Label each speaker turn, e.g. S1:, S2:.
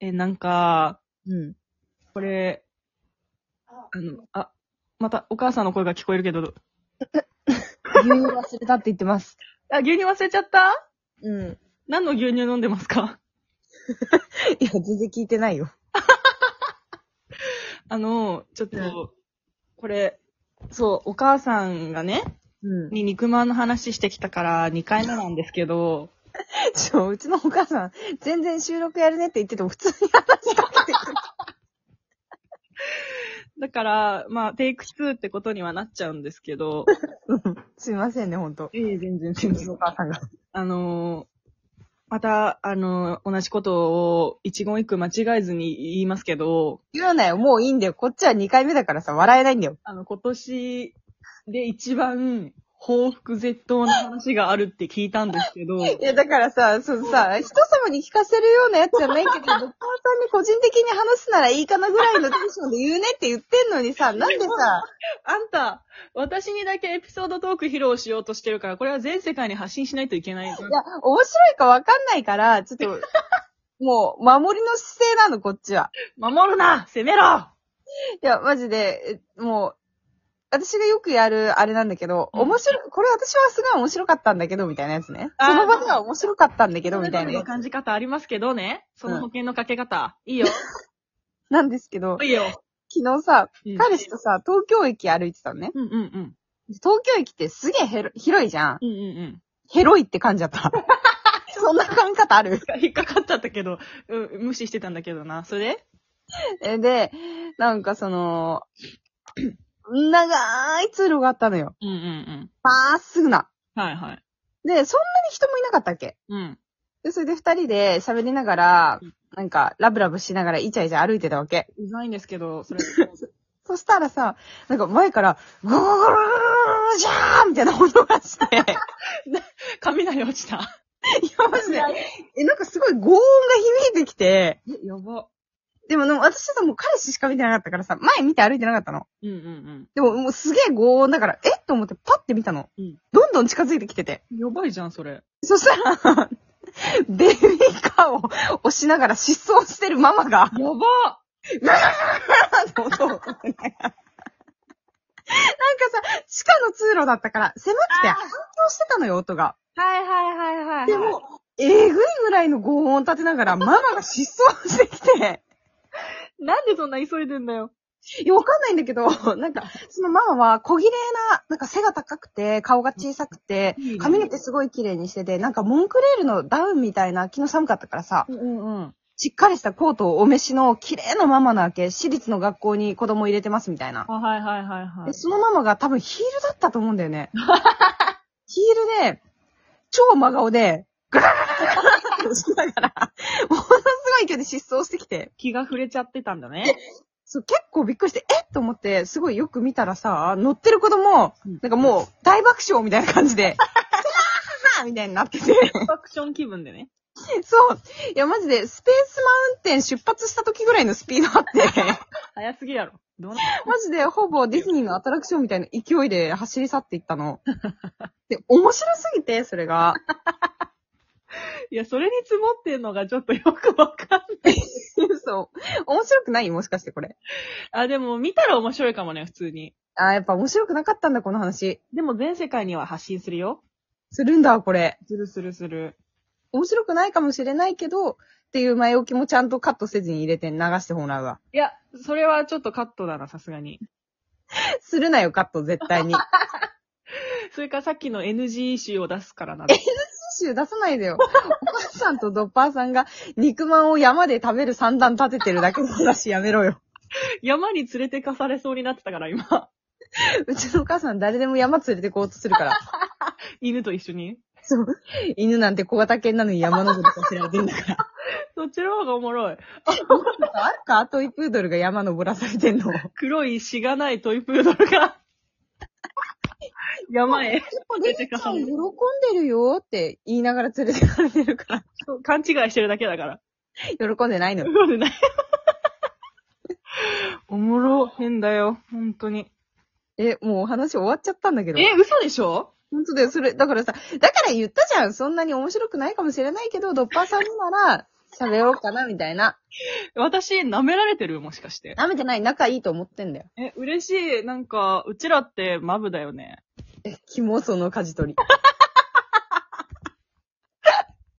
S1: え、なんか、
S2: うん。
S1: これ、あの、あ、またお母さんの声が聞こえるけど、
S2: 牛乳忘れたって言ってます。
S1: あ、牛乳忘れちゃった
S2: うん。
S1: 何の牛乳飲んでますか
S2: いや、全然聞いてないよ。
S1: あの、ちょっと、
S2: うん
S1: これ、そう、お母さんがね、
S2: うん。
S1: に肉まんの話してきたから2回目なんですけど、
S2: ちょ、うちのお母さん、全然収録やるねって言ってても普通に話しかけてくる。
S1: だから、まあ、テイク2ってことにはなっちゃうんですけど、
S2: すいませんね、ほんと。
S1: ええ、全然
S2: うちのお母さんが。
S1: あのーまた、あのー同じことを一言一句間違えずに言いますけど、
S2: 言うなよ、もういいんだよ。こっちは2回目だからさ、笑えないんだよ。
S1: あの、今年で一番報復絶倒な話があるって聞いたんですけど、
S2: いや、だからさ、そのさ、人様に聞かせるようなやつじゃないけど、お母さんに個人的に話すならいいかなぐらいのテンションで言うねって言ってんのにさ、なんでさ、
S1: あんた、私にだけエピソードトーク披露しようとしてるから、これは全世界に発信しないといけない。
S2: いや、面白いかわかんないから、ちょっ と、もう、守りの姿勢なの、こっちは。
S1: 守るな攻めろ
S2: いや、マジで、えもう、私がよくやるあれなんだけど、
S1: うん
S2: 面白い、これ私はすごい面白かったんだけど、みたいなやつね。
S1: あー
S2: その場では面白かったんだけど、みたい
S1: それぞ
S2: な
S1: れ
S2: や
S1: の
S2: つ。
S1: 感じ方ありますけどね。その保険のかけ方。いいよ。
S2: なんですけど、
S1: いいよ。
S2: 昨日さ、
S1: うん
S2: 彼氏とさ、東京駅歩いてたのね。
S1: うんうんうん。
S2: 東京駅ってすげえヘロ広いじゃん。
S1: うんうんうん。
S2: ヘロいって感じ だった。そんな感じ方ある
S1: 引っかかっちゃったけど、うん、無視してたんだけどな。それで
S2: えで、なんか その、長い通路があったのよ。
S1: うんうんうん。
S2: まっすぐな。
S1: はいはい。
S2: で、そんなに人もいなかったっけ
S1: うん。
S2: で、それで二人で喋りながら
S1: うん、
S2: なんか、ラブラブしながらイチャイチャ歩いてたわけ。
S1: うざいんですけど、 それ。
S2: そしたらさ、なんか前から、ゴーゴーゴーゴーゴーじゃーみたいな音がして、いや、
S1: 雷落ちた。
S2: マジで、え、なんかすごい轟音が響いてきて、
S1: え、やば。
S2: でも、でも私さ、もう彼氏しか見てなかったからさ、前見て歩いてなかったの。
S1: うんうん
S2: でも、もうすげえ轟音だから、えっと思ってパッて見たの。
S1: うん
S2: どんどん近づいてきてて。
S1: うん。やばいじゃん、それ。
S2: そしたら、ベビーカーを押しながら失踪してるママが、
S1: やば
S2: なんかさ、地下の通路だったから、狭くて
S1: あー
S2: 反響してたのよ、音が。
S1: はいはいはいはい、
S2: で
S1: で
S2: も
S1: も、、
S2: えぐいぐらいの轟音を立てな がら、ママが失踪してきて、
S1: なんでそんな急いでんだよ。
S2: いや、わかんないんだけど、 なんか、そのママは小綺麗な、なんか背が高くて、顔が小さくて
S1: いいね、
S2: 髪の毛すごい綺麗にしてて、なんかモンクレールのダウンみたいな、昨日寒かったからさ、
S1: うんうんうん。
S2: しっかりしたコートをお召しの綺麗なママなわけ、私立の学校に子供入れてますみたいな
S1: あ、。はいはいはいは
S2: で、
S1: い。
S2: そのママが多分ヒールだったと思うんだ よね。ヒールで、超真顔で、ガラガラガラガラってしながら、ものすごい勢いで失踪してきて、
S1: 気が触れちゃってたんだね。
S2: そう結構びっくりして、えっと思って、すごいよく見たらさ、乗ってる子供
S1: うん、
S2: なんかもう大爆笑みたいな感じで、キャーみたいになってて。
S1: ファクション気分でね。
S2: そう。いや、マジで、スペースマウンテン出発した時ぐらいのスピードあって、
S1: 早すぎやろ。どうな
S2: マジでほぼディズニーのアトラクションみたいな勢いで走り去っていったの。で、面白すぎて、それが。
S1: いや、それに積もってんのがちょっとよくわかんない。
S2: そう。面白くないもしかしてこれ。
S1: あ、でも見たら面白いかもね、普通に。
S2: あーやっぱ面白くなかったんだ、この話。
S1: でも全世界には発信するよ。
S2: するんだ、これ。
S1: するするする。
S2: 面白くないかもしれないけど、っていう前置きもちゃんとカットせずに入れて流してもらうわ。
S1: いや、それはちょっとカットだな、さすがに。
S2: するなよ、カット、絶対に。
S1: それからさっきの NG 集を出すから な。
S2: シュー出さないでよ。お母さんとドッパーさんが肉まんを山で食べる三段立ててるだけの話やめろよ。
S1: 山に連れてかされそうになってたから、今。
S2: うちのお母さん誰でも山連れてこうとするから。
S1: 犬と一緒に。
S2: そう。犬なんて小型犬なのに山登りさせられてんだから。
S1: そっちの方がおもろい。
S2: あるかトイプードルが山登らされてんの。
S1: 黒いしがないトイプードル が。山へ。
S2: 結構レミちゃん喜んでるよって言いながら連れてかれてるから。
S1: 勘違いしてるだけだから。
S2: 喜んでないの。
S1: そうでない。 おもろ。変だよ。本当に。
S2: え、もうお話終わっちゃったんだけど。
S1: え、嘘でしょ
S2: 本当だよ。それ、だからさ、だから言ったじゃん。そんなに面白くないかもしれないけど、ドッパーさんなら、喋ろうかな、みたいな。
S1: 私、舐められてるもしかして。
S2: 舐めてない、仲いいと思ってんだよ。
S1: え、嬉しい。なんか、うちらってマブだよね。
S2: え、キモその舵取り。